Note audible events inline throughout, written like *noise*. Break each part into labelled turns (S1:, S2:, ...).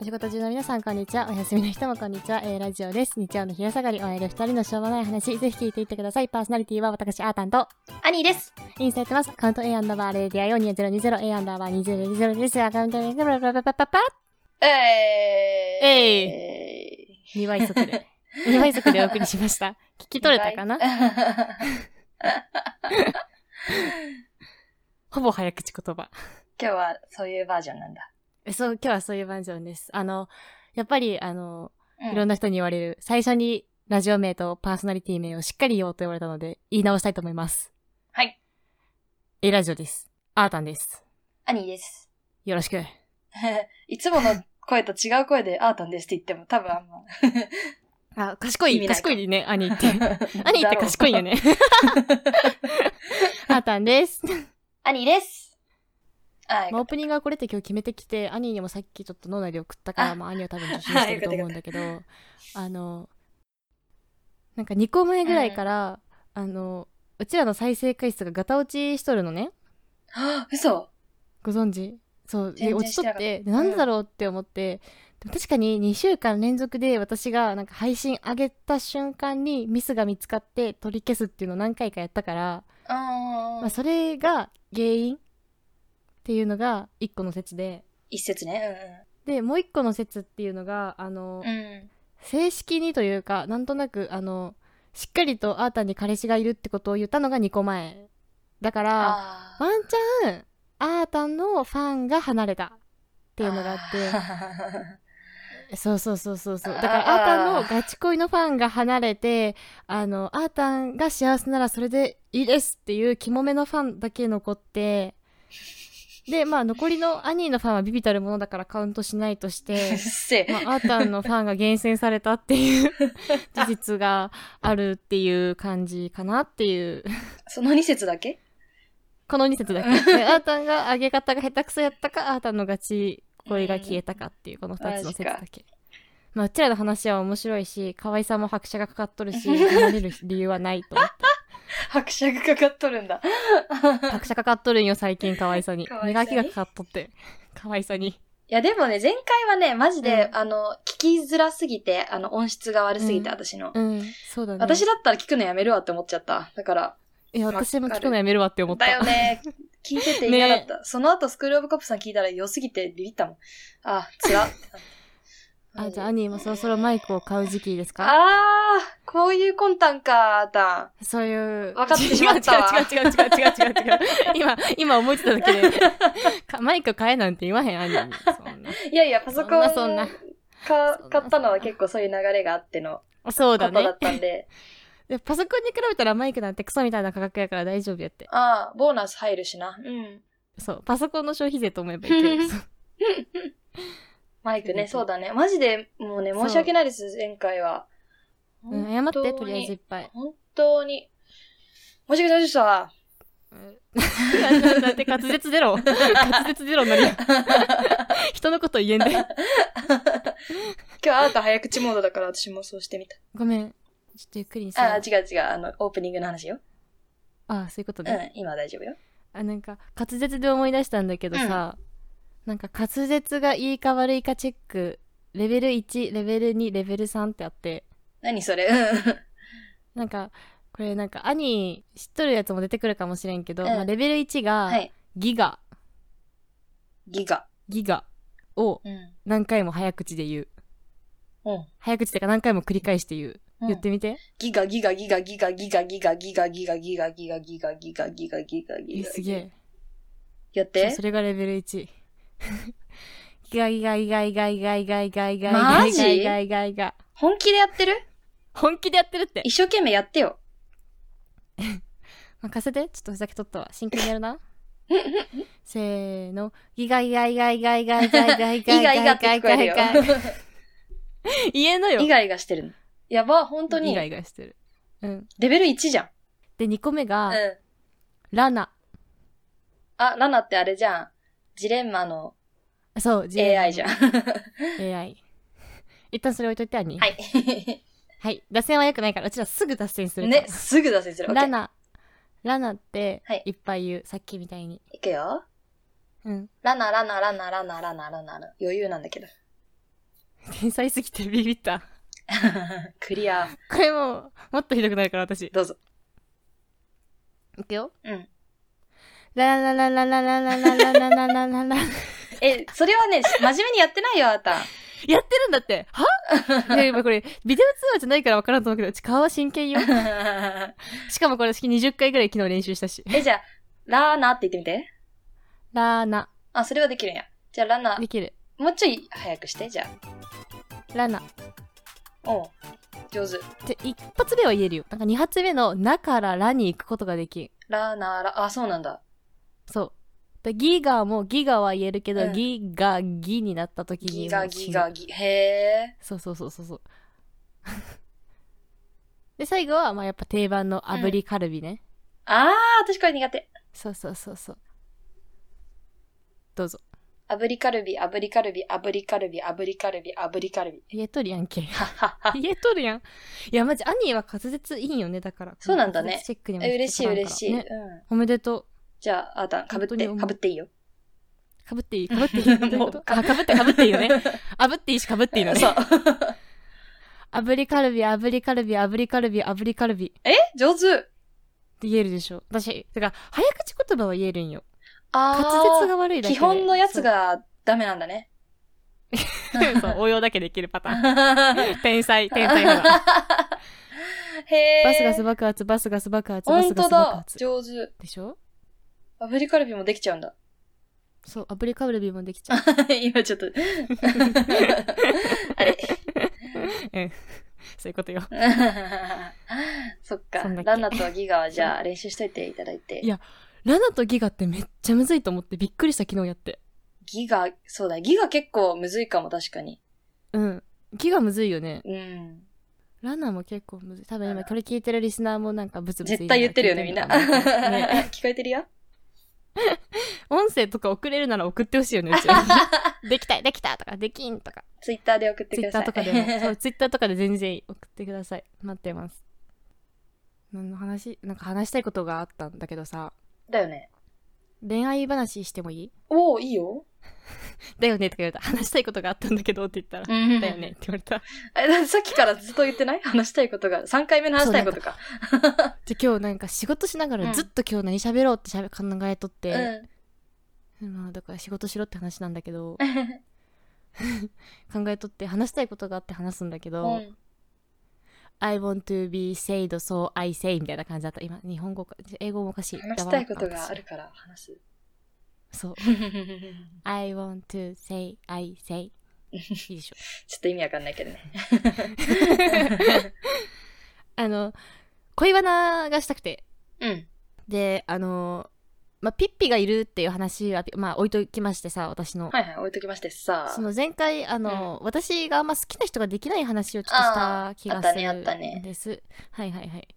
S1: お仕事中の皆さん、こんにちは。お休みの人もこんにちは。えー、ラジオです。日曜の昼下がり、お会いる二人のしょうもない話、ぜひ聞いていってください。パーソナリティは私、アータンと、
S2: アニーです。
S1: インスタやってます。アカウント A アンダーバーレディア4 2020、A アンダーバー2020です。アカウントで、ブラブラブラブラブラブラ
S2: えー、
S1: え
S2: えー、
S1: 2倍速で、2倍速でお送りしました。聞き取れたか
S2: *laughs*
S1: なほぼ早口言葉。
S2: 今日はそういうバージョンなんだ。
S1: えそう、今日はそういうバージョンです。あの、やっぱり、あの、
S2: うん
S1: いろんな人に言われる、最初にラジオ名とパーソナリティ名をしっかり言おうと言われたので、言い直したいと思います。
S2: はい。
S1: A ラジオです。アータンです。
S2: アニーです。 *laughs*
S1: よろしく。
S2: いつもの声と違う声でアータンですって言っても多分あんま。
S1: あ、賢
S2: 意
S1: い、
S2: 味ないか
S1: 賢いね、兄
S2: *laughs*
S1: って。兄って賢いよ
S2: ね。
S1: ね。アータンです。
S2: アニーです。はい。
S1: まあ、オープニングはこれって今日決めてきて、兄にもさっきちょっと脳内で送ったから、
S2: あ
S1: まあ、兄は多分受信してると思うんだけど、あの、なんか2個前ぐらいから、あの、うちらの再生回数がガタ落ちしとるのね。
S2: はぁ *gasps* 嘘
S1: ご存知そう。で、
S2: 全
S1: 落
S2: 然
S1: ち
S2: 知
S1: と
S2: らな
S1: っ
S2: かった
S1: て、でなんでだろうって思って、でも確かに2週間連続で私がなんか配信上げた瞬間にミスが見つかって取り消すっていうのを何回かやったから、
S2: うーん。
S1: まあ、それが原因っていうのが1個の説で、
S2: 一説ね。
S1: でもう一個の説っていうのがあの、
S2: うんうん。うん。
S1: 正式にというかなんとなくあのしっかりとあーたんに彼氏がいるってことを言ったのが2個前だから
S2: あー
S1: ワンチャンあーたんのファンが離れたっていうのがあ
S2: *laughs*
S1: っ
S2: あ
S1: てそうそうそうそうそう
S2: あー
S1: だからあーたんのガチ恋のファンが離れてあのあーたんが幸せならそれでいいですっていうキモめのファンだけ残ってでまあ残りの兄のファンはビビたるものだからカウントしないとし
S2: ーう *laughs*
S1: て
S2: っせえ。
S1: まあ、アータンのファンが厳選されたっていう事実があるっていう感じかなっていう。
S2: その二説だけ *laughs*
S1: この2節だけ。 *laughs* でアータンが上げ方が下手くそやったか、アータンのガチ恋が消えたかっていう、この2つの説だけ。まあ、うちらの話は面白いし、可愛さも拍車がかかっとるし、離れる理由はない
S2: *laughs*
S1: と思って。
S2: 拍車がかかっとるんだ。
S1: 拍車かかっとるんよ、最近可愛さに
S2: 可。愛さ
S1: 磨
S2: に
S1: きがかかっとって。可愛さに。
S2: いや、でもね、前回はね、マジで、
S1: うん
S2: あの、聞きづらすぎて、あの、音質が悪すぎて、
S1: うん
S2: 私の。
S1: うん、そうだね。
S2: 私だったら聞くのやめるわって思っちゃった。だから、
S1: いや、私も聞くのやめるわって思った。
S2: だよね。聞いてて嫌だ
S1: *laughs*
S2: った。その後、スクールオブコップさん聞いたら良すぎてビビったもん。あ、つら。
S1: *laughs* あ、じゃあ、兄もそろそろマイクを買う時期ですか
S2: あー、こういう魂胆か、あーたん。
S1: そういう。
S2: 分かってしまったわ
S1: 違う違う違う違う違う違う違う。今、今思ってただけで。 *laughs* かマイク買えなんて言わへん、兄に。そんない
S2: やいや、パソコンか
S1: そんなそんなそんな
S2: 買ったのは結構そういう流れがあっての
S1: そう
S2: こ
S1: だ
S2: とだ
S1: ね
S2: っ。たんで、
S1: でパソコンに比べたらマイクなんてクソみたいな価格やから大丈夫やって。
S2: あー、ボーナス入るしな。うん。
S1: そう。パソコンの消費税と思えばいいけ
S2: *laughs*
S1: ど。そう
S2: マイクね、そうだね。マジで、もうね、申し訳ないです、前回は。
S1: うん、謝って、と
S2: 本当に
S1: りあえずいっぱい。 *laughs*
S2: 本当に。申し訳ございませんでした。
S1: だって滑舌ゼ
S2: *laughs*
S1: ロ。滑舌ゼロになるやん *laughs* 人のこと言えんで。
S2: 今日あなた早口モードだから私もそうしてみた。
S1: ごめん。ちょっとゆっくりにさ。
S2: あー、違う違う。あの、オープニングの話よ。
S1: あ、そういうこと
S2: う
S1: ね。
S2: ん、今大丈夫よ。
S1: あなんか滑舌で思い出したんだけどさ、なんか滑舌がいいか悪いかチェックレベル1レベル2レベル3ってあって
S2: 何それうん。
S1: なんかこれなんか兄知っとるやつも出てくるかもしれんけど、
S2: うん
S1: まあ、レベル1
S2: は
S1: が
S2: い。
S1: ギガ、
S2: ギガ。
S1: ギガを
S2: うん。
S1: 何回も早口で言う
S2: うん。
S1: 早口ってか何回も繰り返して言う、
S2: うん
S1: 言ってみて、
S2: ギガギガギガギガギガギガギガギガギガギガギガギガギガギガギ
S1: え
S2: ガ
S1: すげえ
S2: やっ
S1: そう
S2: て
S1: そ。れがレベル1ギガギガギガギガギガギガギガギガ
S2: マ
S1: ギ
S2: ジ
S1: ガギガギガギガ
S2: 本気でやってる
S1: 本気でやってるって
S2: 一生懸命やってよ。
S1: 任せてちょっとふざけとったわ真剣にやるなせーのギガギガギガギガギガギガギガギ
S2: イガイガって
S1: ガギ
S2: 聞こえ
S1: ガ
S2: る
S1: ギ
S2: よ。
S1: ガギ言えのよ
S2: イガイガしてるの。やば、本当に
S1: イガ。イガしてるうん
S2: レベル1じゃん。
S1: で2個目
S2: う
S1: が
S2: ん。
S1: ラナ
S2: あ、ラナってあれじゃん。ジレンマの
S1: そう
S2: AI じゃん。は
S1: AI 一旦それ置いといて兄
S2: *laughs*
S1: はい、
S2: い。
S1: 脱線は良くないからうちらすぐ脱線するから
S2: ね、すぐ出せする。オッケー
S1: ラナラナって
S2: はい
S1: いっぱい言う、さっきみたいに
S2: いくよ。
S1: うん
S2: ラナラナラナラナラナラナラ。余裕なんだけど。
S1: 天才すぎてビビった。
S2: *laughs* クリア。
S1: これもう、もっとひどくなるから私。
S2: どうぞ。
S1: いくよ。
S2: うん。
S1: ララララララララララララララ。
S2: え、それはね、真面目にやってないよ、あー *laughs* たん。
S1: やってるんだってはいや、今これ、ビデオ通話じゃないから分からんと思うけど、うち顔は真剣よ。しかもこれ、式20回ぐらい昨日練習したし。
S2: え、じゃあ、ラーナって言ってみて。
S1: ラーナ。
S2: あ、それはできるんや。じゃあ、ラナ、
S1: できる。
S2: もうちょい早くして、じゃ
S1: ラナ。
S2: あ。おう。上手。
S1: で、一発目は言えるよ。なんか二発目の、なからラに行くことができる。
S2: ラーナーラ、あ、そうなんだ。
S1: そう。でギガもギガは言えるけど、
S2: うん
S1: ギガギになった時に
S2: ギガ
S1: もう死
S2: ギ
S1: ぬ
S2: ガギ。へえ。
S1: そうそうそうそうそう。 *laughs* で、最後は、まあやっぱ定番の炙りカルビね。
S2: あー、私これ苦手。
S1: そうそうそうそう。どうぞ。
S2: 炙りカルビ、炙りカルビ、炙りカルビ、炙りカルビ、炙りカルビ。
S1: 言えとるやんけ。
S2: ははは。
S1: *laughs* 言えとるやん。いや、マジ、アニーは滑舌いいんよね、だから。
S2: そうなんだね
S1: 滑舌チェックにも
S2: え、嬉しい
S1: 引っ
S2: 嬉しい。
S1: かからんからね
S2: うん。
S1: おめでとう。
S2: じゃあ、あーたん、かぶ
S1: 本
S2: っ
S1: 当に
S2: て、
S1: 思う
S2: かぶっていいよ。
S1: かぶっていいかぶっていい
S2: *laughs*
S1: どういうこと *laughs* あ、かぶってかぶっていいよね。あぶっていいしかぶっていいのね。
S2: そう。
S1: 炙りカルビ、炙りカルビ、炙りカルビ、炙りカルビって
S2: 上手。
S1: 言えるでしょ。私、てか、早口言葉は言えるんよ。
S2: あ
S1: 滑
S2: ー。
S1: 舌が悪いだけで。
S2: 基本のやつがダメなんだね。
S1: *laughs* そう。そう、応用だけできるパ
S2: *laughs*
S1: ターン。天才、天才ほら。
S2: へえ。
S1: バスガス爆発、バスガス爆発、バ
S2: 本
S1: スガ
S2: 当
S1: ス爆
S2: だ。
S1: 発。
S2: 上手。
S1: でしょ
S2: アフリカルビもできちゃうんだ。
S1: そう、炙りカルビもできち
S2: *laughs*
S1: ゃう。
S2: 今ちょっと。あれ。
S1: そういうことよ。
S2: そ
S1: そ
S2: っか
S1: んだ。け
S2: ランナとギガはじゃあ練習しといていただいて
S1: い。やラナとギガってめっちゃむずいと思ってびっくりした昨日やって。
S2: ギガ、そうだ。ギガ結構むずいかも、確かに。
S1: うん。ギガむずいよね。
S2: うん。
S1: ラナも結構むずい。多分今これ聞いてるリスナーもなんかブツブツ
S2: 絶対言ってるよね、み
S1: 言い
S2: ん
S1: な
S2: な。
S1: がら聞いてるのかなね
S2: *laughs* 聞こえてるよ。
S1: 音声とか送れるなら送ってほしいよね、うち。
S2: *laughs*
S1: できた、できたとか、できんとか。
S2: ツイッターで送って
S1: ツ
S2: く
S1: イッ
S2: だ
S1: タ
S2: さい。
S1: ーとかで
S2: *laughs*
S1: も。そう、ツイッターとかで全然送ってください。待ってます。何の話なんか話したいことがあったんだけどさ。
S2: だよね。
S1: 恋愛話してもいい
S2: おー、いいよ。
S1: だよねとか言われた。話したいことがあったんだけどって言ったら。
S2: ん
S1: だよねっ。て言われた。
S2: え、だって *laughs* さっきからずっと言ってない *laughs* 話したいことが、3回目の話したいことか。
S1: で今日なんか仕事しなが
S2: う
S1: ら
S2: ん
S1: ずっと今日何喋ろうってしゃべ考えとっ
S2: う
S1: て、まあだから仕事しろって話なんだけど
S2: ん。
S1: 考えとって話したいことがあって話すんだけど、
S2: うん。
S1: I want to be said so I say みたいな感じだった今日本語か英語もおかしい
S2: 話したいことがあるから
S1: *laughs*
S2: 話す。
S1: そう
S2: ちょ
S1: I want to say I
S2: *laughs*
S1: say いいでしょ *laughs*
S2: っと意味わかんないけどね。
S1: あの恋バナがしたくて
S2: うん。
S1: であのまあ、ピッピがいるっていう話は、まあ、置いときましてさ私の
S2: はいはい、置いときましてさ。
S1: その前回あの、私があんま好きな人ができない話をちょっとした気が
S2: あーあ
S1: す
S2: った
S1: る
S2: ねあったね
S1: んです、はいはいはい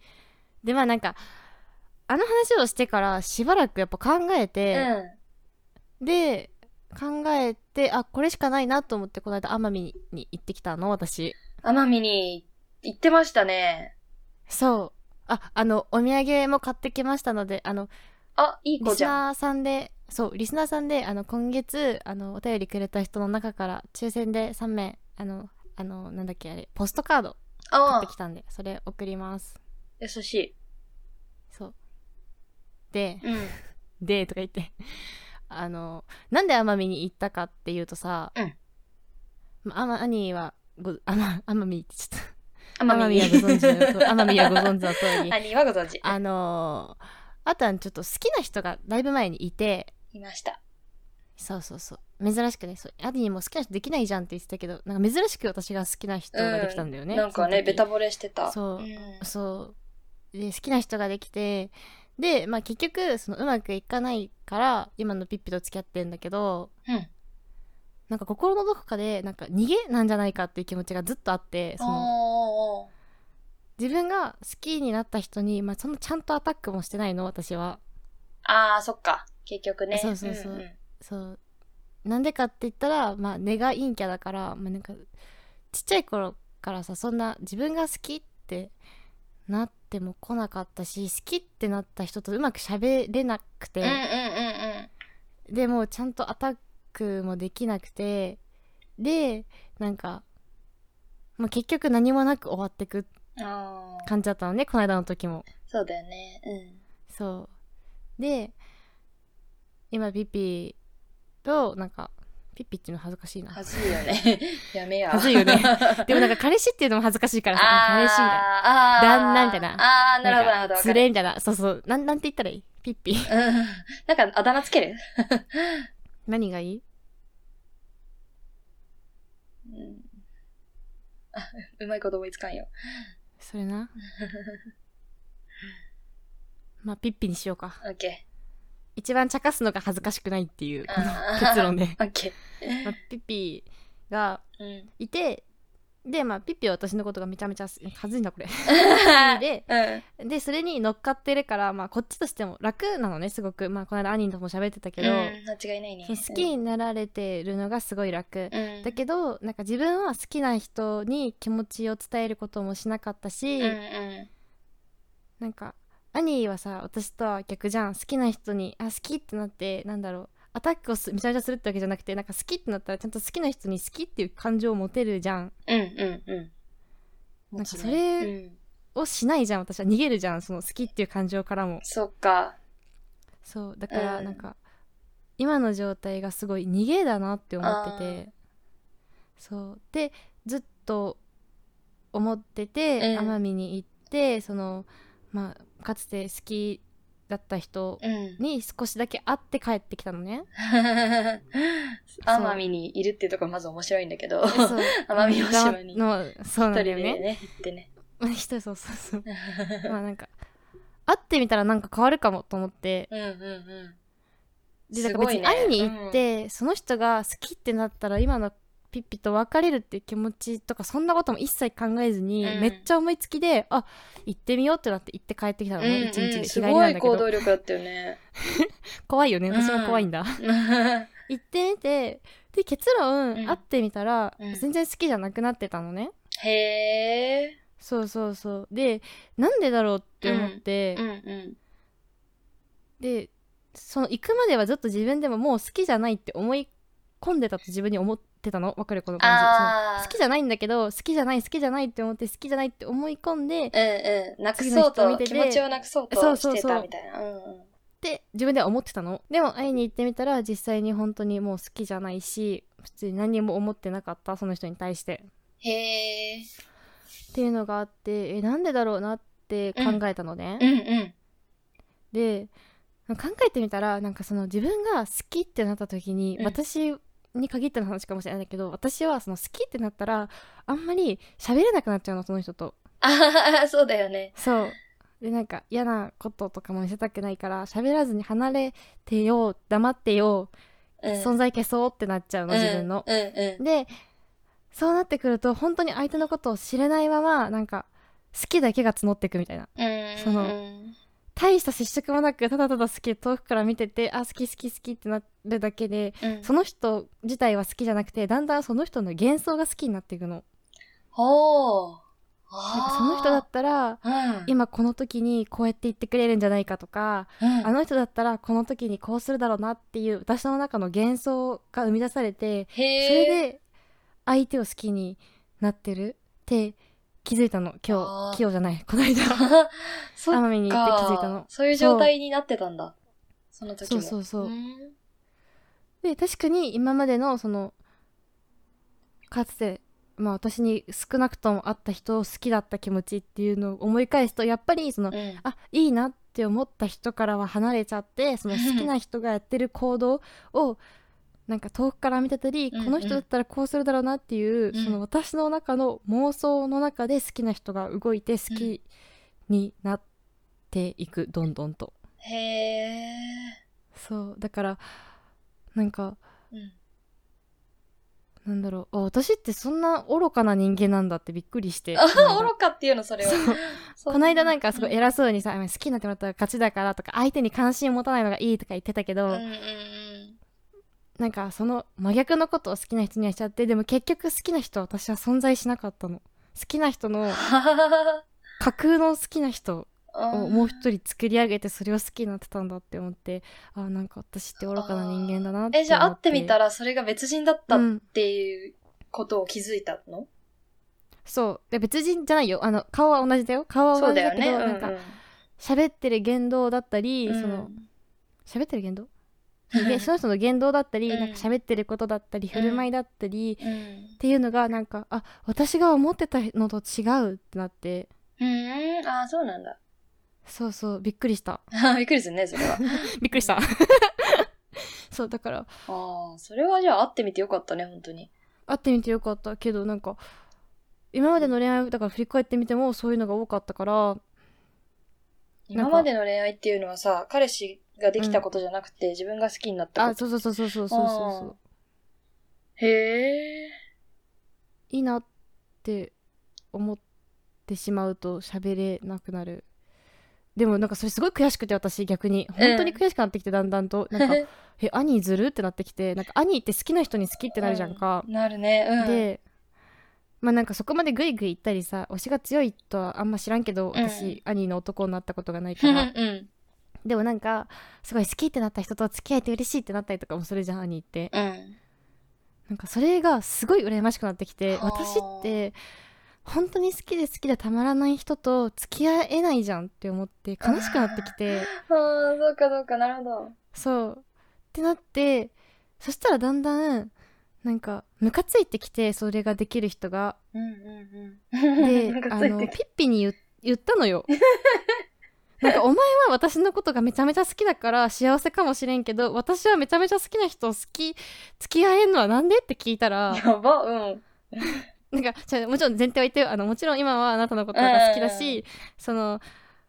S1: でまあなんかあの話をしてからしばらくやっぱ考え
S2: う
S1: て、
S2: ん。
S1: で考えてあこれしかないなと思ってこの間奄美に行ってきたの私
S2: 奄美に行ってましたね。
S1: そうああのお土産も買ってきましたのであの
S2: あ、いい
S1: リ
S2: 子
S1: ス
S2: じゃん。
S1: ナーさんでそうリスナーさんであの今月あのお便りくれた人の中から抽選で3名あのあのなんだっけあれポストカード買っ
S2: あ
S1: てきたんでそれ送ります
S2: 優しい。
S1: そうで
S2: うん。
S1: でとか言ってあのなんで奄美に行ったかっていうとさ、
S2: うん
S1: まあ、奄美はご奄奄美ってちょっと
S2: 奄
S1: 奄美はご存知の
S2: *laughs*
S1: と奄美はご存知の通り
S2: 兄はご存知。
S1: あのあとはちょっと好きな人がだいぶ前にいて
S2: いました。
S1: そうそうそう珍しくねそうアディも好きな人できないじゃんって言ってたけどなんか珍しく私が好きな人ができたんだよね、
S2: なんか
S1: その
S2: ね、
S1: 時
S2: ベタ惚れしてた。
S1: そうんそうで好きな人ができてで、まあ、結局そのうまくいかないから今のピッピと付き合ってんだけど
S2: うん。
S1: なんか心のどこかでなんか逃げなんじゃないかっていう気持ちがずっとあってその
S2: おーおーおー
S1: 自分が好きになった人に、まあ、そのちゃんとアタックもしてないの私は
S2: あー、そっか。結局ね。
S1: そうそうそうん
S2: ん
S1: そうなんでかって言ったら、まあ、根が陰キャだから、まあ、なんかちっちゃい頃からさそんな自分が好きってなっても来なかったし好きってなった人とうまく喋れなくて、
S2: うんうんうんうん。
S1: でもうちゃんとアタックもできなくてでなんかもう結局何もなく終わってく
S2: ああ。
S1: 感じだったのねこの間の時も
S2: そうだよね。うん。
S1: そうで今ピピとなんかピピっていうの恥ずかしいな
S2: はずいよね。 *laughs* やめや。
S1: はずいよ
S2: *laughs*
S1: ね *laughs* でもなんか彼氏っていうのも恥ずかしいからさ彼氏みたいな
S2: あーあー。
S1: 旦那みたいな
S2: ああー、なるほど、なるほど。わか
S1: つ
S2: る
S1: れみたいなそうそうなんなんて言ったらいいピッピ
S2: *laughs* うんなんかあだ名つける、
S1: 何がいい
S2: うん、あうまいこと思いつかんよ。
S1: それ
S2: *laughs*
S1: なまあピッピにしようか
S2: オッケ
S1: 一番茶化すのが恥ずかしくないっていうこ
S2: あ
S1: の
S2: ー
S1: 結論で
S2: *laughs* ー。、オッケ
S1: まあ、ピッピが
S2: ー。うん。
S1: いてでまあピッピは私のことがめちゃめちゃ恥ずいんだ
S2: *laughs*
S1: これで
S2: うん。
S1: でそれに乗っかってるから、まあ、こっちとしても楽なのねすごく、まあ、この間兄とも喋ってたけど、
S2: うん、間違いないね。
S1: その好きになられてるのがすごい楽、
S2: うん。
S1: だけどなんか自分は好きな人に気持ちを伝えることもしなかったし、
S2: うんうん。
S1: なんか兄はさ私とは逆じゃん好きな人にあ好きってなってなんだろうアタックをすめちゃめちゃするってわけじゃなくてなんか好きってなったらちゃんと好きな人に好きっていう感情を持てるじゃん
S2: うんうんうん。
S1: なんか
S2: もちろ
S1: それ
S2: うん、
S1: をしないじゃん私は逃げるじゃんその好きっていう感情からも
S2: そっか。
S1: そうだから
S2: うん
S1: なんか、今の状態がすごい逃げだなって思っててそうでずっと思ってて
S2: うん
S1: 奄美、に行ってその、まあ、かつて好きだった人
S2: うん。
S1: に少しだけ会って帰ってきたのね。
S2: アマミにいるっていうところまず面白いんだけど、
S1: そう
S2: *laughs* 奄美大島に
S1: の
S2: *laughs*
S1: そうな
S2: 一人
S1: んだ
S2: で
S1: よね。
S2: ね、行ってね。
S1: 一 *laughs* 人そうそうそう。まあなんか会ってみたらなんか変わるかもと思って
S2: うんうんうん。
S1: でだ
S2: す
S1: から
S2: ご
S1: 別
S2: い
S1: に
S2: ね
S1: 会いに行って、その人が好きってなったら今のピッピと別れるっていう気持ちとかそんなことも一切考えずに、
S2: うん
S1: めっちゃ思いつきであ行ってみようってなって行って帰ってきたの
S2: うん
S1: ね、一日
S2: う
S1: で
S2: ん、
S1: 日
S2: す
S1: 帰りなん
S2: ご
S1: だ
S2: い
S1: け
S2: 行
S1: ど
S2: 動力だったよ
S1: *laughs*
S2: ね。
S1: 怖いよね私も怖いんだ、 *laughs* 行ってみてで結論、
S2: うん
S1: 会ってみたら、
S2: うん
S1: 全然好きじゃなくなってたのね
S2: へえ。
S1: そうそうそうでなんでだろうって思って、
S2: うんうん。
S1: でその行くまではずっと自分でももう好きじゃないって思い込んでたと自分に思ってたのわかるこの感じその
S2: ああ。
S1: 好きじゃないんだけど好きじゃない好きじゃないって思って好きじゃないって思い込んで
S2: うんうん。なくそう
S1: 次の人見
S2: と、
S1: てて
S2: 気持ちをなくそう
S1: そ
S2: と
S1: うそうそう
S2: してたみたいな。うんうん
S1: って自分では思ってたのでも会いに行ってみたら実際に本当にもう好きじゃないし普通に何も思ってなかったその人に対して
S2: へえ。
S1: っていうのがあってえなんでだろうなって考えたのね、
S2: うんうん。
S1: で考えてみたらなんかその自分が好きってなった時に、
S2: うん
S1: 私に限っての話かもしれないんだけど私はその好きってなったらあんまり喋れなくなっちゃうのその人と
S2: ああ、そうだよね。
S1: そうでなんか嫌なこととかも見せたくないから喋らずに離れてよう黙ってよう、
S2: うん
S1: 存在消そうってなっちゃうの自分の、
S2: うんうん。
S1: でそうなってくると本当に相手のことを知れないままなんか好きだけが募っていくみたいな
S2: うん
S1: その
S2: うん
S1: 大した接触もなくただただ好き遠くから見ててあ好き好き好きってなるだけで
S2: うん
S1: その人自体は好きじゃなくてだんだんその人の幻想が好きになっていくのな
S2: ほう。
S1: ん
S2: あ
S1: か
S2: あ。
S1: その人だったら
S2: うん。
S1: 今この時にこうやって言ってくれるんじゃないかとか
S2: うん
S1: あの人だったらこの時にこうするだろうなっていう私の中の幻想が生み出されて
S2: へ
S1: そ
S2: え。
S1: れで相手を好きになってるって気づいたの今
S2: あ
S1: 日
S2: ー
S1: 今日じゃないこの間
S2: *laughs* そっ
S1: 奄美に行って気づいた
S2: か
S1: の。
S2: そういう状態になってたんだ。その時
S1: そう
S2: も。
S1: そううそう、
S2: ん
S1: で確かに今までのそのかつて、まあ、私に少なくともあった人を好きだった気持ちっていうのを思い返すとやっぱりその、
S2: うん。
S1: あいいなって思った人からは離れちゃってその
S2: う
S1: 好
S2: ん
S1: きな人がやってる行動をなんか遠くから見てたり、
S2: うんうん
S1: この人だったらこうするだろうなっていう、
S2: うん
S1: その私の中の妄想の中で好きな人が動いて好きになっていく、どんどんと
S2: へえ。
S1: そうだからなんか
S2: うん。
S1: なんだろうあ私ってそんな愚かな人間なんだってびっくりして
S2: あ
S1: この間
S2: *laughs* 愚かっていうの、それは。
S1: そう
S2: そう
S1: この間なんかすごい偉そうにさ、好きになってもらったら勝ちだからとか相手に関心を持たないのがいいとか言ってたけど、
S2: うんうんうん。
S1: なんかその真逆のことを好きな人にはしちゃってでも結局好きな人は私は存在しなかったの好きな人の *sighs* 架空の好きな人をもう一人作り上げてそれを好きになってたんだって思ってあーなんか私って愚かな人間だなって思って
S2: え、じゃあ会ってみた
S1: ら
S2: らそれが別人だったっ
S1: うん
S2: ていうことを気づいたの
S1: そうで別人じゃないよあの顔は同じだよ顔は
S2: そ
S1: 同
S2: う
S1: じだ
S2: だ
S1: け
S2: よ
S1: ど
S2: ね。う
S1: なん
S2: ん
S1: か
S2: うん
S1: 喋ってる言動だったり、
S2: うん
S1: その喋ってる言動でその人の言動だったり、
S2: うん
S1: なんか喋ってることだったり振る舞いだったり、
S2: うん
S1: っていうのがなんかあ私が思ってたのと違うってなって
S2: うん、ああ、そうなんだ。 *laughs*
S1: そうそうびっくりした
S2: びっくりするね、それは。
S1: *laughs* びっくりした *laughs* そうだから
S2: ああ、それはじゃあ会ってみてよかったね、本当に。
S1: 会ってみてよかったけどなんか今までの恋愛をだから振り返ってみてもそういうのが多かったからなんか
S2: 今までの恋愛っていうのはさ、彼氏ができたことじゃなくて、自分が好きになった
S1: あ
S2: こと。
S1: そうそうそうそうそうそうそうそう
S2: へえ。
S1: いいなって思ってしまうと喋れなくなるでもなんかそれすごい悔しくて私逆に本当に悔しくなってきてだんだんと、 *laughs* なんかえ兄ずるってなってきてなんか兄って好きな人に好きってなるじゃんか、
S2: *laughs* なるね、うん。
S1: でまあなんかそこまでグイグイ行ったりさ推しが強いとはあんま知らんけど私、兄の男になったことがないか
S2: *laughs* う
S1: ら
S2: んうん。
S1: でもなんかすごい好きってなった人と付き合えて嬉しいってなったりとかもするじゃん兄って
S2: うん。
S1: なんかそれがすごい羨ましくなってきて
S2: はあ
S1: 私って本当に好きで好きでたまらない人と付き合えないじゃんって思って悲しくなってき
S2: *laughs*
S1: て
S2: ああ、そうかそうか、なるほど。
S1: そうってなってそしたらだんだんなんかムカついてきてそれができる人が
S2: うんうん
S1: で
S2: *laughs* うん。なんか
S1: あ
S2: つい
S1: の
S2: て
S1: ピッ
S2: き
S1: ピに言言ったの
S2: *laughs*
S1: よなんかお前は私のことがめちゃめちゃ好きだから幸せかもしれんけど私はめちゃめちゃ好きな人を好き付き合えんのはなんでって聞いたら
S2: *laughs* た。やば、うん。
S1: なんかちょもちろん前提は言ってよあのもちろん今はあなたのことが好きだし、その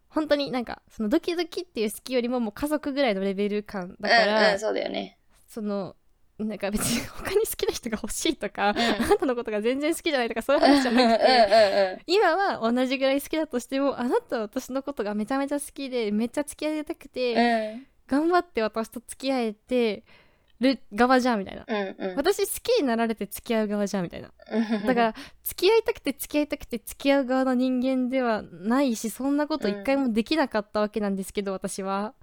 S1: 本当になんかそのドキドキっていう好きよりももう家族ぐらいのレベル感だから、
S2: うんうん、そうだよね。
S1: そのなんか別に他に好きな人が欲しいとか、
S2: ん
S1: あなたのことが全然好きじゃないとかそういう
S2: うん
S1: 話じ
S2: う
S1: ゃ
S2: んうん
S1: なくて。
S2: う
S1: 今は同じぐらい好きだとしてもあなたは私のことがめちゃめちゃ好きでめっちゃ付き合いたくて、
S2: ん。うん。
S1: 頑張って私と付き合えてる側じゃんみたいな、
S2: うんうん。
S1: 私好きになられて付き合う側じゃんみたいな
S2: だ
S1: だから付き合いたくて付き合いたくて付き合う側の人間ではないしそんなこと一回もできなかったわけなんですけど、私は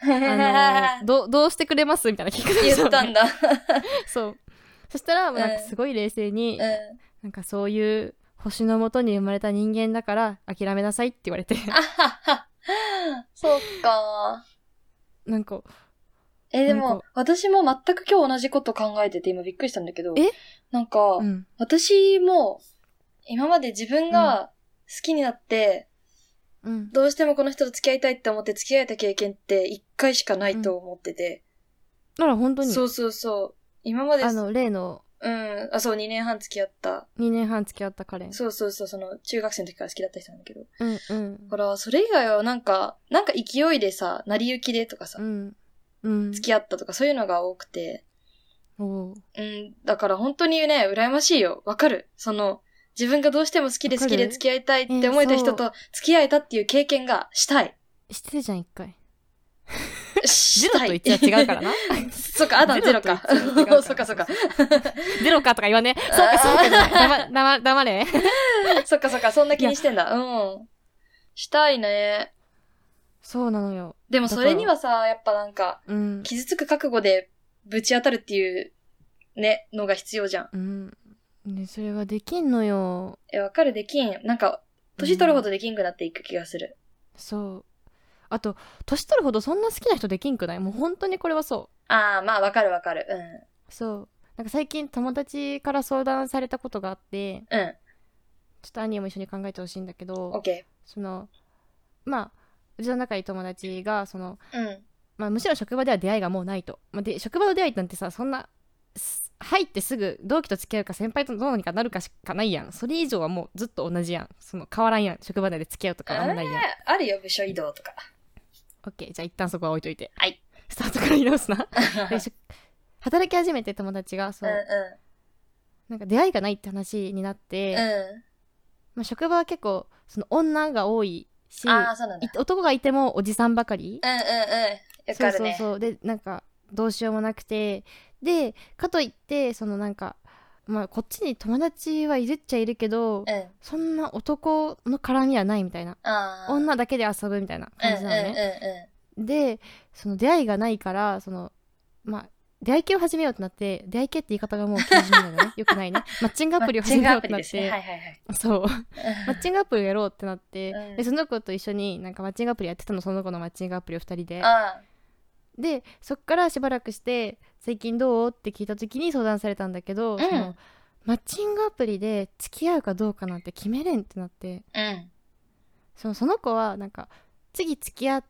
S2: *laughs*
S1: あのどどうしてくれますみたいな聞く
S2: 言ったんだ。
S1: *laughs* そうそしたらなんか
S2: うん
S1: すごい冷静に、
S2: うん
S1: なんかそういう星のもとに生まれた人間だから諦めなさいって言われて
S2: あはは。そっか。
S1: なんか
S2: え、
S1: な
S2: で
S1: ん
S2: も
S1: か、
S2: 私も全く今日同じこと考えてて、今びっくりしたんだけど。
S1: え
S2: なんか、
S1: うん
S2: 私も、今まで自分が好きになって、
S1: うん
S2: どうしてもこの人と付き合いたいって思って付き合えた経験って一回しかないと思ってて。
S1: なら本当に
S2: そうそうそう。今まで、
S1: あの例の
S2: うん、あ、そう、2年半付き合った。
S1: 2年半付き合った彼
S2: そうそうそう、その、中学生の時から好きだった人なんだけど。
S1: うんうん
S2: だから、それ以外はなんか、なんか勢いでさ、成り行きでとかさ
S1: う、んうん
S2: 付き合ったとかそういうのが多くて、
S1: おう
S2: うん、だから本当にね、羨ましいよ。わかる。その、自分がどうしても好きで
S1: わか
S2: 好
S1: る
S2: きで付き合いたいって思えた人と付き合えたっていう経験がし
S1: *laughs*
S2: たい。
S1: してるじゃん一回
S2: し
S1: ゼロ
S2: た
S1: と
S2: い。 *laughs*
S1: 1は違うからな
S2: そ
S1: *laughs*
S2: っか、あだゼロか。
S1: ゼロと一は違うから
S2: そっか *laughs* そっか。
S1: ゼロかとか言わねそうかそうかじゃない黙
S2: *laughs*
S1: 黙黙れ
S2: そっかそっか、そんな気にしてんだ。うん。したいね。
S1: そうなのよ
S2: でもそれにはさ、やっぱなんか、
S1: うん
S2: 傷つく覚悟でぶち当たるっていう、ね、のが必要じゃん。
S1: うんねそれができんのよ
S2: え、わかるできん。なんか、年取るほどできんくなっていく気がする。
S1: そうあと年取るほどそんな好きな人できんくないもう本当にこれはそう
S2: ああ、まあ、わかるわかる。
S1: そうなんか最近友達から相談されたことがあって
S2: うん。うん。
S1: ちょっと兄も一緒に考えてほしいんだけ
S2: オッ
S1: ど
S2: ケ
S1: そのまあうちの仲いい友達がその、
S2: ー。うん。
S1: まあ、むしろ職場では出会いがもうないと、まあ、で職場の出会いなんてさそんなす入ってすぐ同期と付き合うか先輩とどうにかなるかしかないやんそれ以上はもうずっと同じやんその変わらんやん職場内で付き合うとかあんまないやん
S2: えーあるよ、部署移
S1: *laughs*
S2: 動とか。
S1: オッケーじゃあ一旦そこは置いといて
S2: はい
S1: スタートから言い直すな
S2: う
S1: でし働き始めて友達がそ
S2: ん
S1: う
S2: う
S1: なんか出会いがないって話になって、
S2: ん。う
S1: まあ、職場は結構その女が多いし
S2: ん。ああ、そうなんだ
S1: い。男がいてもおじさんばかり、
S2: うんうんうん。よく
S1: そ
S2: あ
S1: う
S2: る
S1: そう
S2: ね。
S1: そうでなんかどうしようもなくてでかといってそのなんかまあこっちに友達はいるっちゃいるけど、
S2: うん。
S1: そんな男の絡みはないみたいな
S2: ああ。
S1: 女だけで遊ぶみたいな
S2: うん
S1: 感
S2: う
S1: じ
S2: ん
S1: な
S2: うん
S1: のね、
S2: う
S1: でその出会いがないからそのまあ出会い系を始めようってなって、出会い系って言い方がもう禁止なの
S2: *laughs*
S1: ね。よくないね。マッチングアプリを始めようってな
S2: マ
S1: っ
S2: ッチングアプリですね。は
S1: て、
S2: いはい
S1: そう。
S2: はい。
S1: マッチングアプリをやろうってなって、
S2: うん
S1: でその子と一緒になんかマッチングアプリやってたの、その子のマッチングアプリを2人で。
S2: あ
S1: でそっからしばらくして「最近どう?」って聞いた時に相談されたんだけど、
S2: ん
S1: そのマッチングアプリで付き合うかどうかなんて決めれんってなって
S2: あ。うん。
S1: そのその子はなんか次付き合っ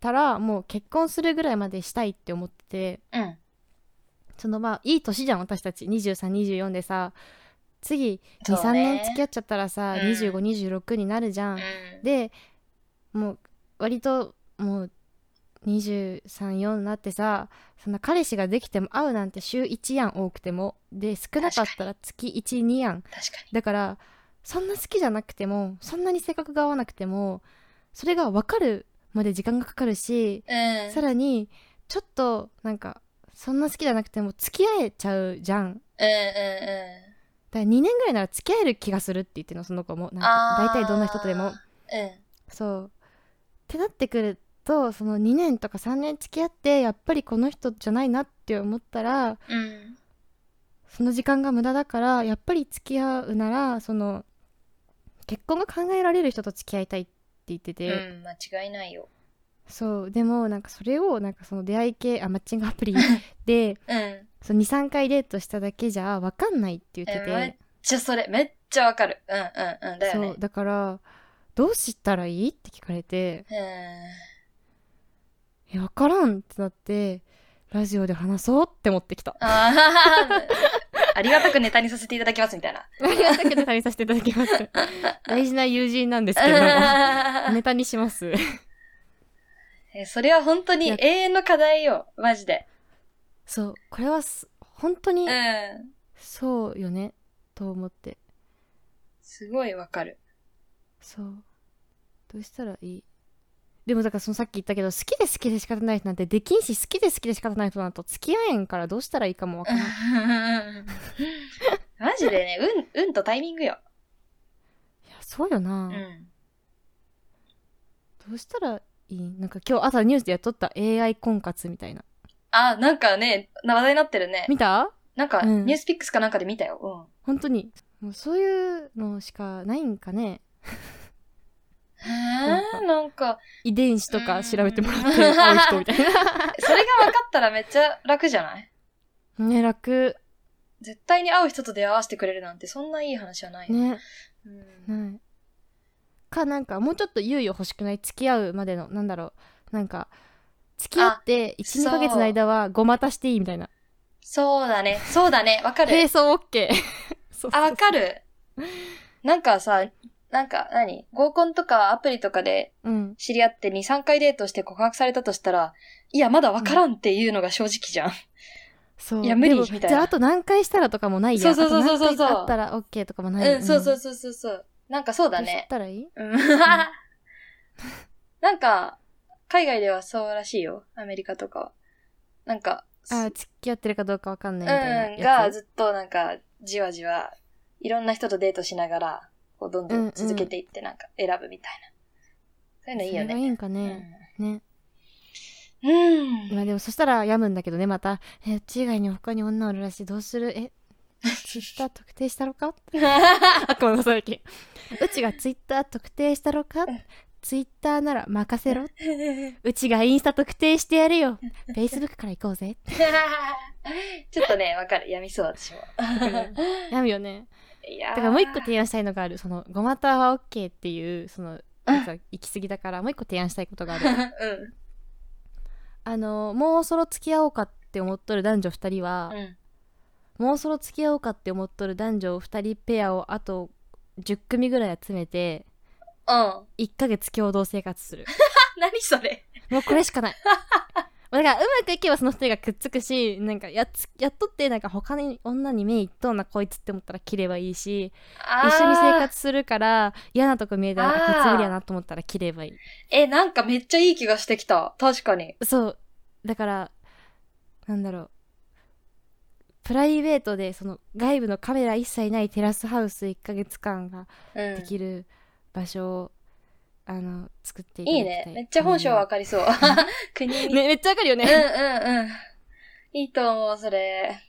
S1: たらもう結婚するぐらいまでしたいって思ってて
S2: うん。
S1: そのまあいい年じゃん私たち2324でさ次
S2: そうね
S1: 23、年付き合っちゃったらさ、
S2: うん
S1: 2526になるじゃん。
S2: うん。
S1: でもう割ともう234になってさそんな彼氏ができても会うなんて週1やん多くてもで少なかったら月12やん
S2: 確かに。
S1: だからそんな好きじゃなくてもそんなに性格が合わなくてもそれが分かるまで時間がかかるし、
S2: うん。
S1: さらにちょっとなんかそんな好きじゃなくても付き合えちゃうじゃん
S2: うんうんうん。
S1: だから2年ぐらいなら付き合える気がするって言ってるのその子もなんか
S2: あ
S1: 大
S2: ー
S1: 体どんな人とでも
S2: う
S1: そうってなってくるとその2年とか3年付き合ってやっぱりこの人じゃないなって思ったら
S2: ん。うん。
S1: その時間が無駄だからやっぱり付き合うならその結婚が考えられる人と付き合いたいって言ってて、
S2: うん、間違いないよ。
S1: そうでもなんかそれをなんかその出会い系あマッチングアプ
S2: *laughs*
S1: リで
S2: うん。
S1: 23回デートしただけじゃ分かんないって言って、
S2: えめってちゃそれ、めっちゃわかる。うんうんうん。だよ
S1: そ
S2: ね
S1: う。だからどうしたらいいって聞かれて
S2: う
S1: え分からんってなってラジオで話そうって持ってきた
S2: ん。あー *laughs* ありがたくネタにさせていただきますみたいな。
S1: ありがたくて旅させていただき *laughs* ます。大事な友人なんですけれど *laughs* も、
S2: うん
S1: ネタにします。
S2: *laughs* えそれは本当
S1: い
S2: に
S1: や
S2: 永遠の課題よ。マジで。
S1: そう、これはす本当に
S2: うん。
S1: そうよね、と思って。
S2: すごいわかる。
S1: そう。どうしたらいいでもだからそのさっき言ったけど、好きで好きで仕方ない人なんてできんし、好きで好きで仕方ない人なんと付き合えんからどうしたらいいかもわからない。
S2: *laughs* マジでね、うん、うんとタイミングよ。
S1: いや、そうよな、
S2: うん。
S1: どうしたらいいなんか今日朝ニュースでやっとった AI 婚活みたいな。
S2: あ、なんかね、な話題になってるね。
S1: 見た
S2: なんか、
S1: うん
S2: ニュースピックスかなんかで見たよ。
S1: 本当に。もうそういうのしかないんかね。
S2: うん。へーなんか、
S1: 遺伝子とか調べてもらって会う人みたい
S2: それが分かったらめっちゃ楽じゃない
S1: な *laughs* ね楽
S2: 絶対に会う人と出会わせてくれるなんてそんないい話はない。
S1: ね
S2: うん、
S1: ないかなんかもうちょっと猶予欲しくない付き合うまでのなんだろうなんか付き合って
S2: そう
S1: 12ヶ月の間はごまたしていいみたいな
S2: そうだね。そうだね。わか
S1: 並
S2: る。
S1: 走 OK そうそうそう
S2: あ、わかる。なんかさ、なんか何合コンとかアプリとかで
S1: うん
S2: 知り合って2、3回デートして告白されたとしたら、いや、まだわからんっていうのが正直じゃん。
S1: そう
S2: いや無理
S1: でも
S2: みたいな
S1: じゃああと何回したらとかもないやん
S2: そうそうそうそうそ
S1: あ
S2: う
S1: と何回あったら OK とかもない
S2: うん、そうそううそうそうそう。なんかそうだ
S1: だね
S2: ね。
S1: ったらいい
S2: うんなんか、海外ではそうらしいよ。アメリカとかは。なんか、
S1: あ付き合ってるかどうかわかんないみた
S2: うん、
S1: いなや
S2: が
S1: つ
S2: ずっとなんか、じわじわ、いろんな人とデートしながら、こう、どんど
S1: うんうんん
S2: 続けていってなんか選ぶみたいな。そういうのいいよ
S1: それがい
S2: ね。
S1: いんかね、ね
S2: うん。うん。 *laughs*
S1: まあでもそしたら病むんだけどねまた「えうち以外に他に女おるらしいどうするえツイッター特定したろか?」あ *laughs* ごめんなさいきうちがツイッター特定したろかツイッターなら任せろうちがインスタ特定してやるよフェイスブックから行こう *laughs* ぜ
S2: ちょっとね、わかる。やみそう、私も。
S1: やむよね
S2: いや
S1: だ
S2: ー
S1: からもう一個提案したいのがあるそのごまたは OK っていうそのやつは行き過ぎだからもう一個提案したいことがある
S2: うん。
S1: あのもうそろ付き合おうかって思っとる男女2人は、
S2: うん。
S1: もうそろ付き合おうかって思っとる男女2人ペアをあと10組ぐらい集めて
S2: うん。
S1: 1ヶ月共同生活する
S2: 何それ
S1: もうこれしか
S2: *laughs*
S1: ないだからうまくいけばその2人がくっつくしなんかやっつやっとってなんか他に女に目いっとんなこいつって思ったら切ればいいし
S2: あ
S1: *laughs*
S2: ー
S1: 一緒に生活するから嫌なとこ見えたら
S2: あ
S1: あ
S2: ー
S1: こいつ無理やなと思ったら切ればいい
S2: え、なんかめっちゃいい気がしてきた。確かに。
S1: そうだからなんだろうプライベートでその外部のカメラ一切ないテラスハウス1ヶ月間が
S2: うん。
S1: できる場所を、あの作っていただき
S2: いい
S1: たい
S2: ね。めっちゃ本性わ
S1: は *laughs*
S2: *laughs* かりそう。国に。
S1: めめっちゃわかるよ
S2: うん
S1: ね
S2: うんうん。いいと思う、それ。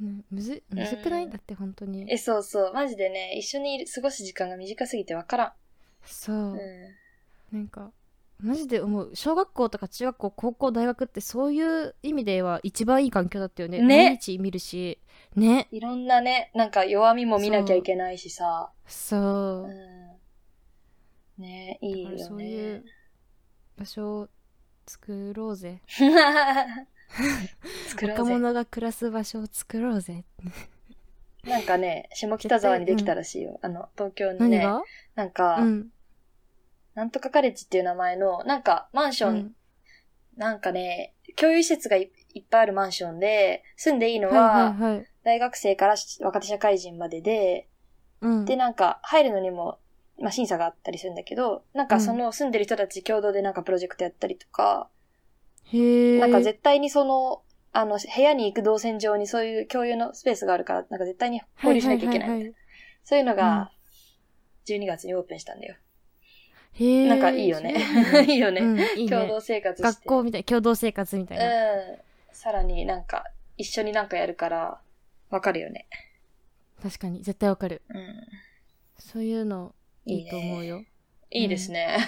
S1: うんむずむずくないんだって本当に
S2: え、そうそう。マジでね、一緒にいる過ごす時間が短すぎてわから
S1: そ
S2: ん。う。
S1: うんなんかマジで思う小学校とか中学校高校大学ってそういう意味では一番いい環境だったよね
S2: ね
S1: 毎日見るしね
S2: いろんなね、なんか弱みも見なきゃいけないしさ。
S1: そうう、
S2: ん。ね、いいよ
S1: だからそ
S2: ね。
S1: ういう場所を作ろうぜ
S2: *laughs* 作ろ
S1: 若
S2: うぜ。
S1: 者が暮らす場所を作ろうぜ
S2: なんかね、下北沢にできたらしいよ。あの、東京に
S1: 何
S2: ね、
S1: が、
S2: なんか、
S1: うん
S2: なんとかカレッジっていう名前の、なんかマンション、
S1: うん
S2: なんかね、共有施設がいいっぱいあるマンションで、住んでいいの
S1: は
S2: は、
S1: いはいはい
S2: 大学生から若手社会人までで、
S1: うん
S2: で、なんか入るのにも、まあ、審査があったりするんだけど、なんかその住んでる人たち共同でなんかプロジェクトやったりとか、
S1: へえ
S2: なんか絶対にその、あの、部屋に行く動線上にそういう共有のスペースがあるから、なんか絶対に交流しなきゃいけないみたいな。
S1: はいはいはい
S2: そういうの
S1: うん
S2: が、12月にオープンしたんだよ。
S1: へえ
S2: なんかいいよね。 *laughs* いいよね。
S1: *laughs* うんいい
S2: 共
S1: ね
S2: 同生活して。
S1: 学校みたい共同生活みたいな、
S2: うん。さらになんか、一緒になんかやるから、わかるよね。
S1: 確かに絶対わかる
S2: うん。
S1: そういうのい
S2: いい
S1: い
S2: ね
S1: と思うよ
S2: いいですね。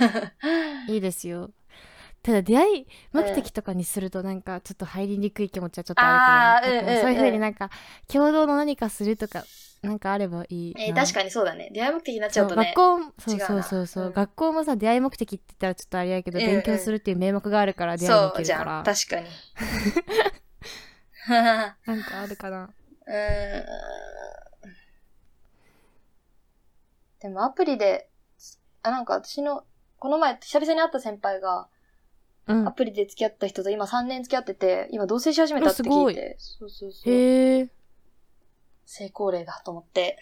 S1: いいですよただ出会い目的とかにするとなんかちょっと入りにくい気持ちはちょっとあるか
S2: あー
S1: らだから
S2: うんうん
S1: そういうふう
S2: う
S1: に
S2: ん
S1: なんか共同の何かするとかなんかあればいいな
S2: *laughs* えー確かにそうだね。出会い目的になっちゃ
S1: そう
S2: うとね。
S1: 学校
S2: 違
S1: そう
S2: うな
S1: そうそうそう、
S2: うん
S1: 学校もさ出会い目的って言ったらちょっとあれやけど、
S2: うんうん
S1: 勉強するっていう名目があるから出会いに行
S2: そ
S1: け
S2: う
S1: る
S2: じ
S1: か
S2: ゃ
S1: ら
S2: ん。確かに。
S1: なんかあるかな
S2: *laughs* うん。でもアプリで、あ、なんか私の、この前、久々に会った先輩が、
S1: うん
S2: アプリで付き合った人と今3年付き合ってて、今同棲し始めたって聞いて、そうそうそう。
S1: へえ
S2: 成功例だと思って。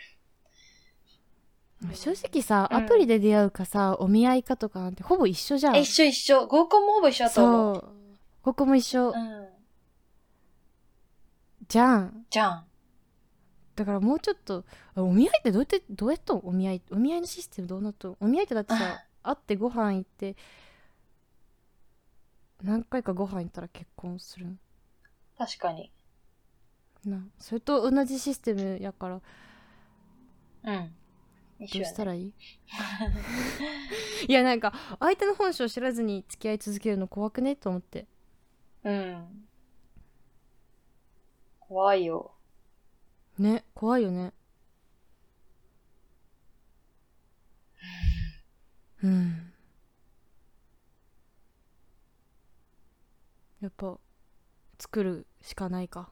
S1: 正直さ、
S2: うん
S1: アプリで出会うかさお見合いかとかなんてほぼ一緒じゃん
S2: え、一緒一緒。合コンもほぼ一緒だと思う。
S1: そうここも一緒、
S2: うん。
S1: じゃん
S2: じゃん。
S1: だからもうちょっとあお見合いってどうやってどうやったんお見合いお見合いのシステムどうなったんお見合いってだってさ会ってご飯行って何回かご飯行ったら結婚するん
S2: 確かに。
S1: なそれと同じシステムやからど
S2: うん。一緒
S1: う
S2: や
S1: し
S2: ね
S1: たらいい *laughs* いやなんか相手の本性を知らずに付き合い続けるの怖くねと思って
S2: うん。怖
S1: *laughs*
S2: いよ。
S1: ね怖いよねうんやっぱ作るしかないか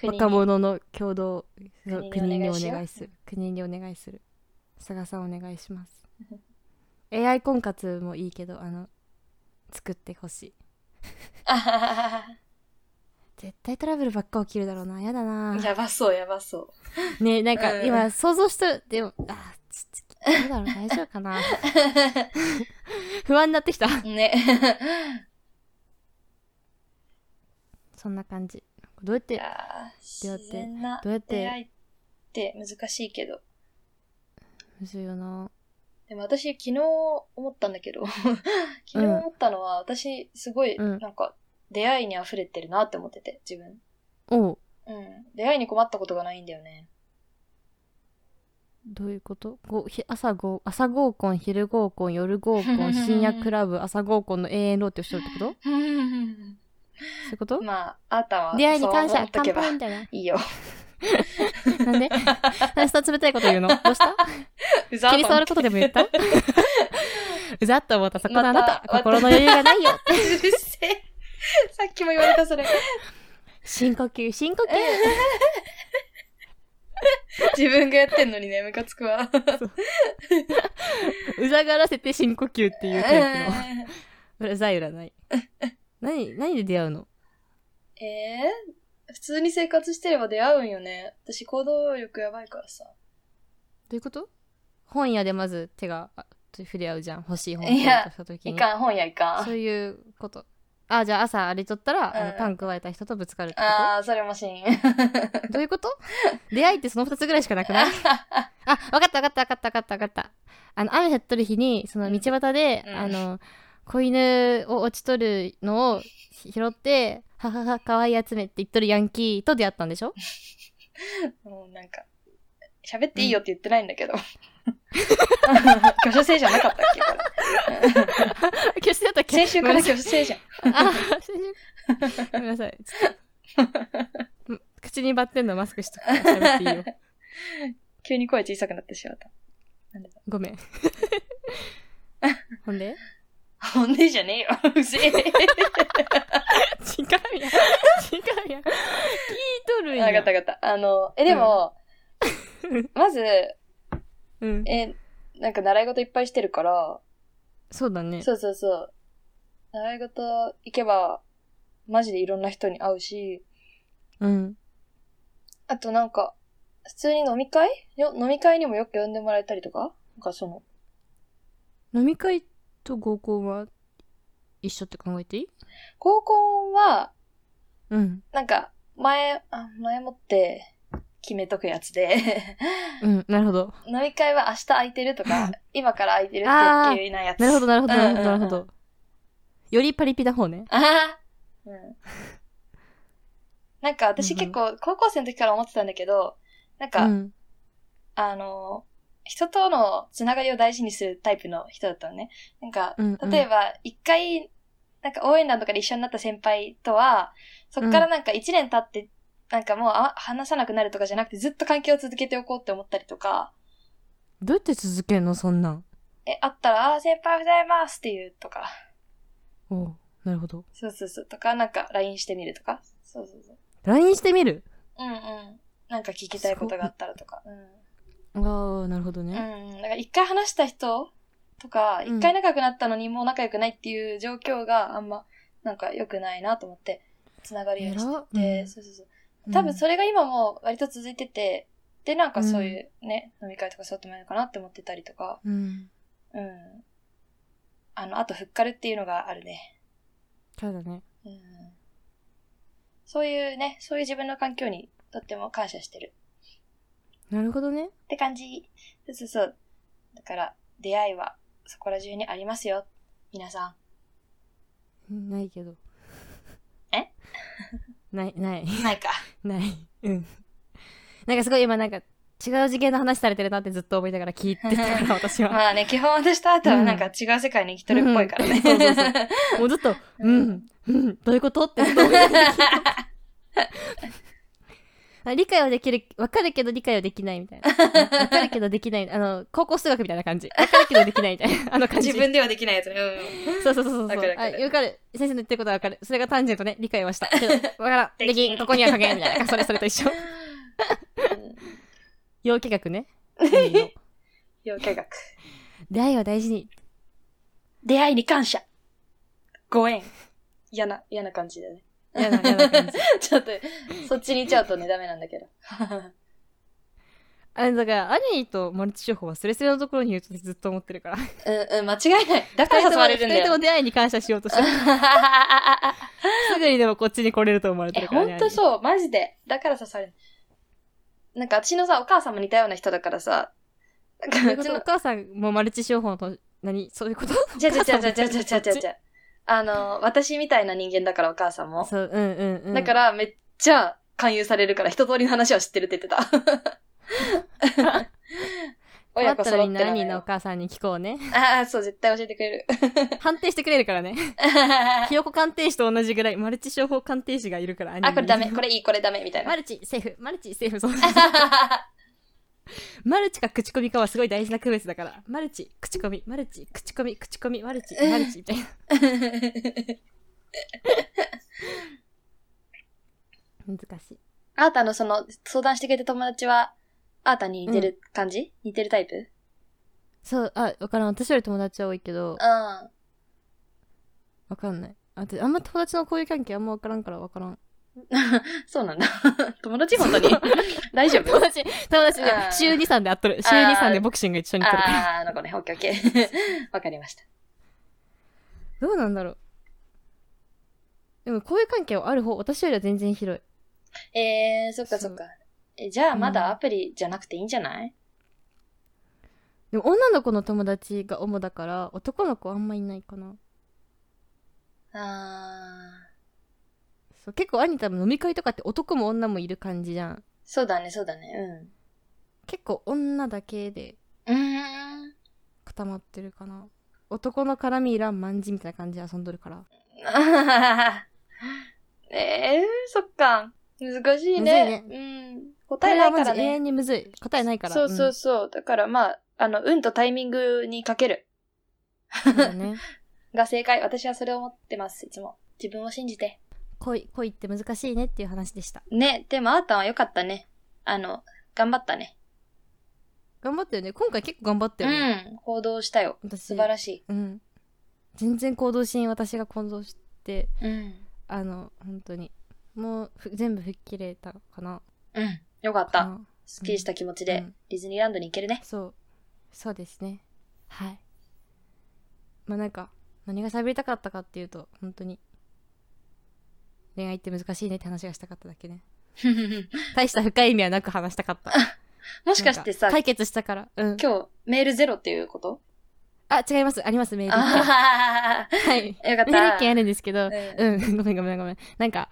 S2: 国
S1: 若者の共同
S2: 国に
S1: 国にお
S2: お願いしよう
S1: 願いする国にお願いする佐賀さんお願いします AI 婚活もいいけどあの作ってほしい絶対トラブルばっか起きるだろうなやだな
S2: *laughs* やばそう、やばそう。
S1: ねなんか
S2: うん
S1: 今想像したでもあーちょっとどうだろう大丈夫かな *laughs* 不安になってきた
S2: *laughs* ね。
S1: そんな感じどうやっ
S2: い
S1: て
S2: やー
S1: どうやって
S2: 自然な
S1: どうやって
S2: 出会いって難しいけど。
S1: むずいよな
S2: でも私昨日思ったんだけど、 *laughs* 昨日思ったのは、私すごい
S1: うん
S2: なんか出会いに溢れてるなって思ってて、自分。
S1: おう
S2: うん。出会いに困ったことがないんだよね。
S1: どういうことごひ朝ご朝合コン昼合コン夜合コン
S2: *laughs*
S1: 深夜クラブ朝合コンの永遠ローテをしとるってことそういうこと
S2: まあ、あーたんは
S1: 出会いに感
S2: そう
S1: 謝
S2: 思っと
S1: 乾
S2: けば
S1: 杯
S2: い
S1: みたいな *laughs*
S2: いよ。
S1: なんで明日冷たいこと言うのどう
S2: *laughs*
S1: した
S2: うざっ
S1: 切り触ることでも
S2: *laughs*
S1: 言ったうざっと思ったそこのあなた
S2: また
S1: 心の余裕がないよ
S2: うるせえ。さっきも言われた、それ。
S1: 深呼吸深呼吸
S2: 自分がやってんのにね、ムカつくわ。
S1: うざがらせて深呼吸っていうタイプ
S2: え
S1: の。うざい占い。何、何で出会うの
S2: ー、普通に生活してれば出会うんよね。私行動力やばいからさ。
S1: どういうこと本屋でまず手があ触れ合うじゃん。欲しい本を
S2: い
S1: 買お
S2: や
S1: うとした時
S2: い
S1: に。
S2: かん、本屋いか
S1: そ
S2: ん。
S1: ういうこと。あ、じゃあ朝あれとったら、あの
S2: うん
S1: パンわえた人とぶつかるってこ
S2: あー、それもしん。
S1: とどういうこと出会いってその2つぐらいしかなく
S2: *laughs*
S1: ないあ、わかったわかったわかったわかったわかった。あの、雨降っとる日に、その道端で、
S2: うん
S1: あの、子犬を落ちとるのを拾って「はははかわいい集め」って言っとるヤンキーと出会ったんでしょ
S2: *laughs* もうなんか、喋っていいよって言ってないんだ
S1: *laughs*
S2: けど。挙手制じゃなかったっけこれ
S1: 教室だったっけ
S2: 先週から
S1: ごめんなさい
S2: 挙手制じゃん。
S1: あ先週ごめんなさいちょっと
S2: *laughs*
S1: ん口にバッテンのマスクしとくから喋っていいよ
S2: 急に声小さくなってしまった。
S1: ごめん
S2: *laughs*
S1: ほんで
S2: ほんでじゃねえよ。うぜ
S1: 違うやん違うやん聞いとる
S2: え。
S1: んや
S2: わかったわかった。あの、え、でも、
S1: うん
S2: まず、
S1: うん、
S2: え、なんか習い事いっぱいしてるから、
S1: そうだね
S2: そうそうそう。習い事行けば、マジでいろんな人に会うし、
S1: うん
S2: あとなんか、普通に飲み会よ飲み会にもよく呼んでもらえたりとかなんかその、
S1: 飲み会と合コンは一緒って考えていい
S2: 高校は、
S1: うん
S2: なんか、前、あ前もって決めとくやつで、
S1: うんなるほど
S2: 飲み会は明日空いてるとか、今から空いてる
S1: あ
S2: って
S1: ー
S2: いうなやつ。
S1: なるほど、なるほど、
S2: う
S1: な
S2: んうんう
S1: る
S2: ん
S1: ほど、なるほど。よりパリピな方ね。
S2: ああ。うん。なんか私
S1: うんう
S2: 結
S1: ん
S2: 構、高校生の時から思ってたんだけど、なん
S1: う
S2: か、
S1: ん。
S2: あの、人とのつながりを大事にするタイプの人だったのね。なんか、
S1: うんうん
S2: 例えば、一回、なんか応援団とかで一緒になった先輩とは、そっからなんか一年経って、なんかもうあ話さなくなるとかじゃなくて、ずっと関係を続けておこうって思ったりとか、
S1: どうやって続けんの、そんなん。
S2: え、あったら、あー、先輩おはようございますっていうとか、
S1: おうなるほど。
S2: そうそうそう、とか、なんか LINE してみるとか、そうそうそう。
S1: LINE してみる
S2: うんうん。なんか聞きたいことがあったらとか、うん。
S1: ああ、なるほどね。
S2: うん、だから一回話した人とか、
S1: うん
S2: 一回仲良くなったのにもう仲良くないっていう状況があんま、なんか良くないなと思って、つながりをしてて、
S1: 偉っうん
S2: そうそうそう。多分そ
S1: れ、
S2: れが今も割と続いてて、で、なんかそういうね、飲み会とかそうやってもいいのかなって思ってたりとか、
S1: うん。
S2: うん。あの、あと、ふっかるっていうのがあるね。
S1: そうだね。
S2: うん。そういうね、そういう自分の環境にとっても感謝してる。
S1: なるほどね。
S2: って感じ。そうそうそう。だから、出会いはそこら中にありますよ。皆さ
S1: うんないけど。
S2: え
S1: *laughs* ない、ない、
S2: ん。ないか。
S1: ない。うん。なんかすごい今なんか違う次元の話されてるなってずっと思いながら聞いてたから、私は。
S2: *laughs* まあね、基本私とあとはなんか違う世界に生きとるっぽいからね。
S1: うんそうそうそうもうずっと、うん、うん、どういうことってずっと思いながら聞い
S2: *laughs*
S1: てたあ理解はできる、わかるけど理解はできないみたいな。わかるけどできない。あの、高校数学みたいな感じ。わかるけどできないみたいな。あの感じ。
S2: 自分ではできないやつね。うん。
S1: そうそうそうそう。
S2: わかるわかる
S1: あわかる。先生の言ってることはわかる。それが単純とね、理解は
S2: *laughs*
S1: した。けど、わからん。
S2: で
S1: で
S2: きん
S1: きん。ここには書けん。み
S2: *laughs*
S1: たいな。それそれと一緒。陽気学
S2: *laughs*
S1: ね。いいの
S2: 要計画。
S1: 出会いは大事に。
S2: 出会いに感謝。ご縁。嫌な、嫌な感じだね。
S1: 嫌な、嫌な感じ。
S2: ちょっと、そっちに行っちゃうとね、ダメなんだけど。
S1: あだから、アニーとマルチ商法はスレスレのところにいるとずっと思ってる
S2: *laughs*
S1: から。
S2: うん、うん、間違いない。だから誘われるんだ
S1: 二人と
S2: よ
S1: も。出会いに感謝しようとしてる。すぐにでもこっちに来れると思われて
S2: え、
S1: るから、
S2: ほ
S1: ね。
S2: んとそう、マジで。だから刺される。なんか、私のさ、お母さんも似たような人だからさ、な
S1: う
S2: んか、う
S1: う
S2: ち
S1: ちのお
S2: の、
S1: 母さんもマルチ商法と、何そういうこと
S2: じゃじゃじゃじゃじゃじゃじゃじゃじゃ。あの、私みたいな人間だから、お母さんも。
S1: そう、うんうんうん。、
S2: だからら、めっちゃ勧誘されるから、一通りの話は知ってるって言ってた。親
S1: *laughs* 親
S2: 子
S1: 子
S2: 揃
S1: 揃
S2: って
S1: っ
S2: な
S1: て
S2: の
S1: 兄のお
S2: よ。
S1: 母さんに聞こう
S2: *laughs*
S1: ね。
S2: ああ、そう、絶対教えてくれ
S1: *laughs*
S2: る。
S1: 判定してくれるからね。ひよこ鑑定士と同じぐらい、マルチ商法鑑定士がいるから、
S2: あ、これダメ、こ
S1: れ。
S2: れいい、これダメ、みたいな
S1: *laughs* マ。ルチ、セーフ、マルチ、セーフ、そう。マルチか口コミかはすごい大事な区別だから。マルチ、口コミ、マルチ、口コミ、口コミ、マルチ、マルチ、みたいな。難しい。
S2: あーたのその、相談してくれた友達は、あーたに似てる感じ、似てるタイプ
S1: そう、あ、わからん。私より友達は多いけど、
S2: うん。
S1: わかんない。あとあんま友達の交友関係あんまわからんからわからん。
S2: そうなんだ。 *laughs* 友達本当 *laughs* に大丈
S1: *laughs*
S2: 夫
S1: 友達、友達で
S2: あー
S1: 週2、3で会っとる。週
S2: あー
S1: 2、3でボクシング一緒にとるから。
S2: あー、あの子ね、オッケーオッケ *laughs* ー。わかりました。
S1: どうなんだろう。でも交友関係はある方、私よりは全然広い。
S2: えー、そっかそっか。えじゃあ、まだアプリじゃなくていいんじゃない、
S1: でも女の子の友達が主だから、男の子あんまいないかな。
S2: あー。
S1: そう結構兄多分飲み会とかって男も女もいる感じじゃん
S2: そうだね、そうだね。
S1: 結構女だけで
S2: うん。うーん。 *laughs*
S1: 固まってるかな男の絡みいらんまんじみたいな感じで遊んどるから
S2: ええー、そっか。難しいね。うん。
S1: こ
S2: 答え
S1: れ
S2: ない
S1: は
S2: か
S1: マジ永
S2: らね。
S1: 遠にむずい答えないから
S2: そうそうそう。だからまあ、あの、運とタイミングにかける。
S1: うんそうだね *laughs*
S2: が正解。私はそれを思ってます、いつも。自分を信じて。
S1: 恋恋って難しいねっていう話でした
S2: ね、でもあーたんは良かったね。あの、頑張ったね。
S1: 頑張ったよね今回結構頑張ったよね、
S2: うん。行動したよ。
S1: 私
S2: 素晴らしい。
S1: うん全然行動しん私が行動して
S2: うん。
S1: あの本当にもうふ全部吹っ切れたかな
S2: うん。よかっ
S1: か
S2: た。
S1: な
S2: すっきりした気持ち
S1: う
S2: で
S1: ん、
S2: ディズニーランドに行け
S1: *laughs*
S2: るね。
S1: そうそうですねはいまあなんか何が喋りたかったかっていうと本当に恋愛って難しいねって話がしたかっただ
S2: *laughs*
S1: けね大した深い意味はなく話したかった
S2: もしかしてさ、
S1: なんか解決したからうん
S2: 今日メールゼロっていうこと
S1: あ違いますありますメール一件
S2: あ
S1: はい
S2: あ、よかっ
S1: メール
S2: た。
S1: 一件あるんですけど
S2: う
S1: うん、ごめんごめんごめん。なんか、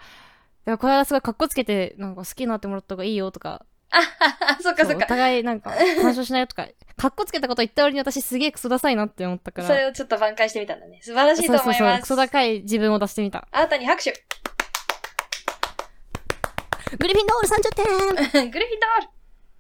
S1: でもこれはすごいかっこつけて、なんか好きになってもらった方がいいよとか、
S2: あ、そっかそ
S1: そ
S2: っ
S1: うお
S2: か。
S1: 互いなんか、干渉しないよとか、かっこつけたこと言った割に私すげえクソダサいなって思った
S2: *laughs*
S1: から。
S2: それをちょっと挽回してみたんだね。素晴らしい
S1: そう
S2: と
S1: そう
S2: 思い
S1: そう、
S2: ま
S1: ク
S2: す。
S1: ソ高い自分を出してみた。
S2: あなたに拍手 *laughs* グ
S1: グリフィンドール30点
S2: リフィンドール